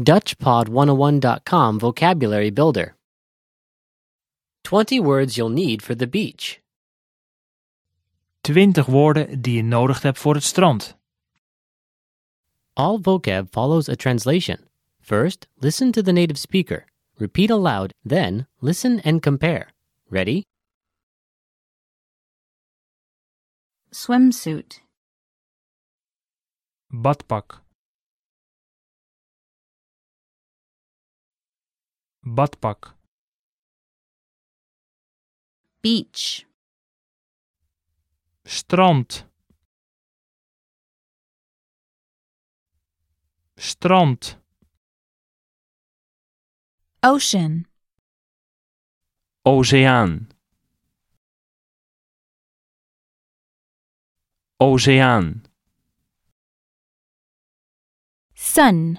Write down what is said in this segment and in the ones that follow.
DutchPod101.com Vocabulary Builder 20 words you'll need for the beach. 20 woorden die je nodig hebt voor het strand. All vocab follows a translation. First, listen to the native speaker. Repeat aloud, then, listen and compare. Ready? swimsuit, Badpak. Badpak. beach, Strand. Strand. ocean, Oceaan. Oceaan. sun,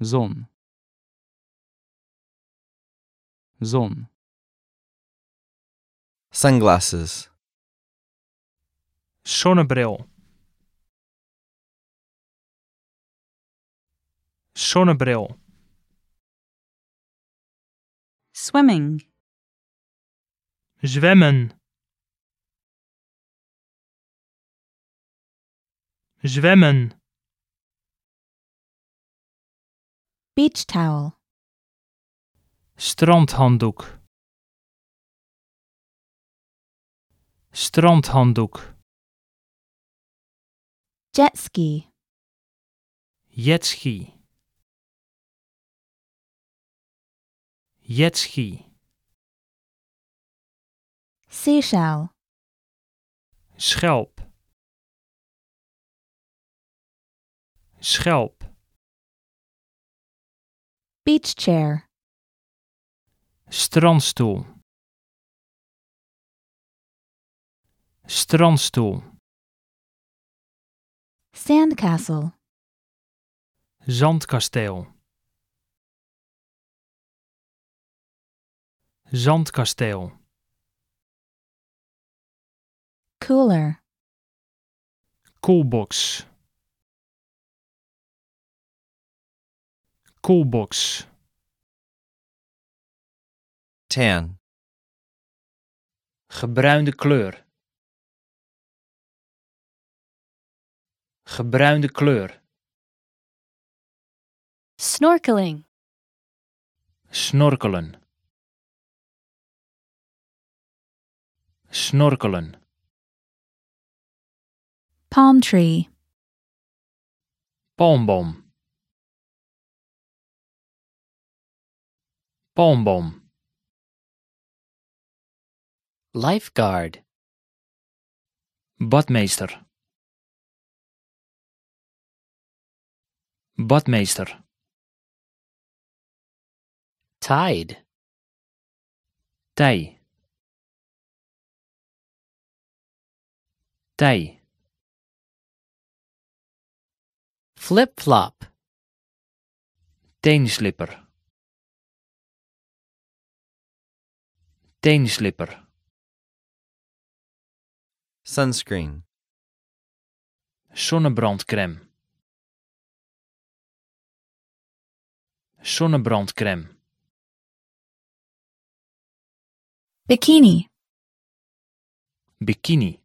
Zon. Zon. sunglasses, Zonnebril. Zonnebril. swimming, Zwemmen. Zwemmen. beach towel, Strandhanddoek. Strandhanddoek. jet ski, Jetski. Jetski. seashell, Schelp. Schelp. beach chair, Strandstoel. Strandstoel. sandcastle, Zandkasteel. Zandkasteel. cooler, Coolbox. Coolbox. tan, Gebruinde kleur. Gebruinde kleur. snorkeling, Snorkelen. Snorkelen. palm tree, Palmboom. Palmboom. Lifeguard. Badmeester. Badmeester. Tide. Tij. Tij. Flip flop. Teenslipper. Teenslipper. sunscreen, Zonnebrandcrème. Zonnebrandcrème. bikini, Bikini.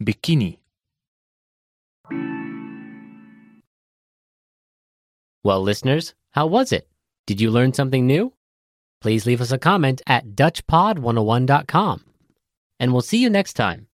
Bikini. Well, listeners, how was it? Did you learn something new? oh Please leave us a comment at DutchPod101.com. And we'll see you next time.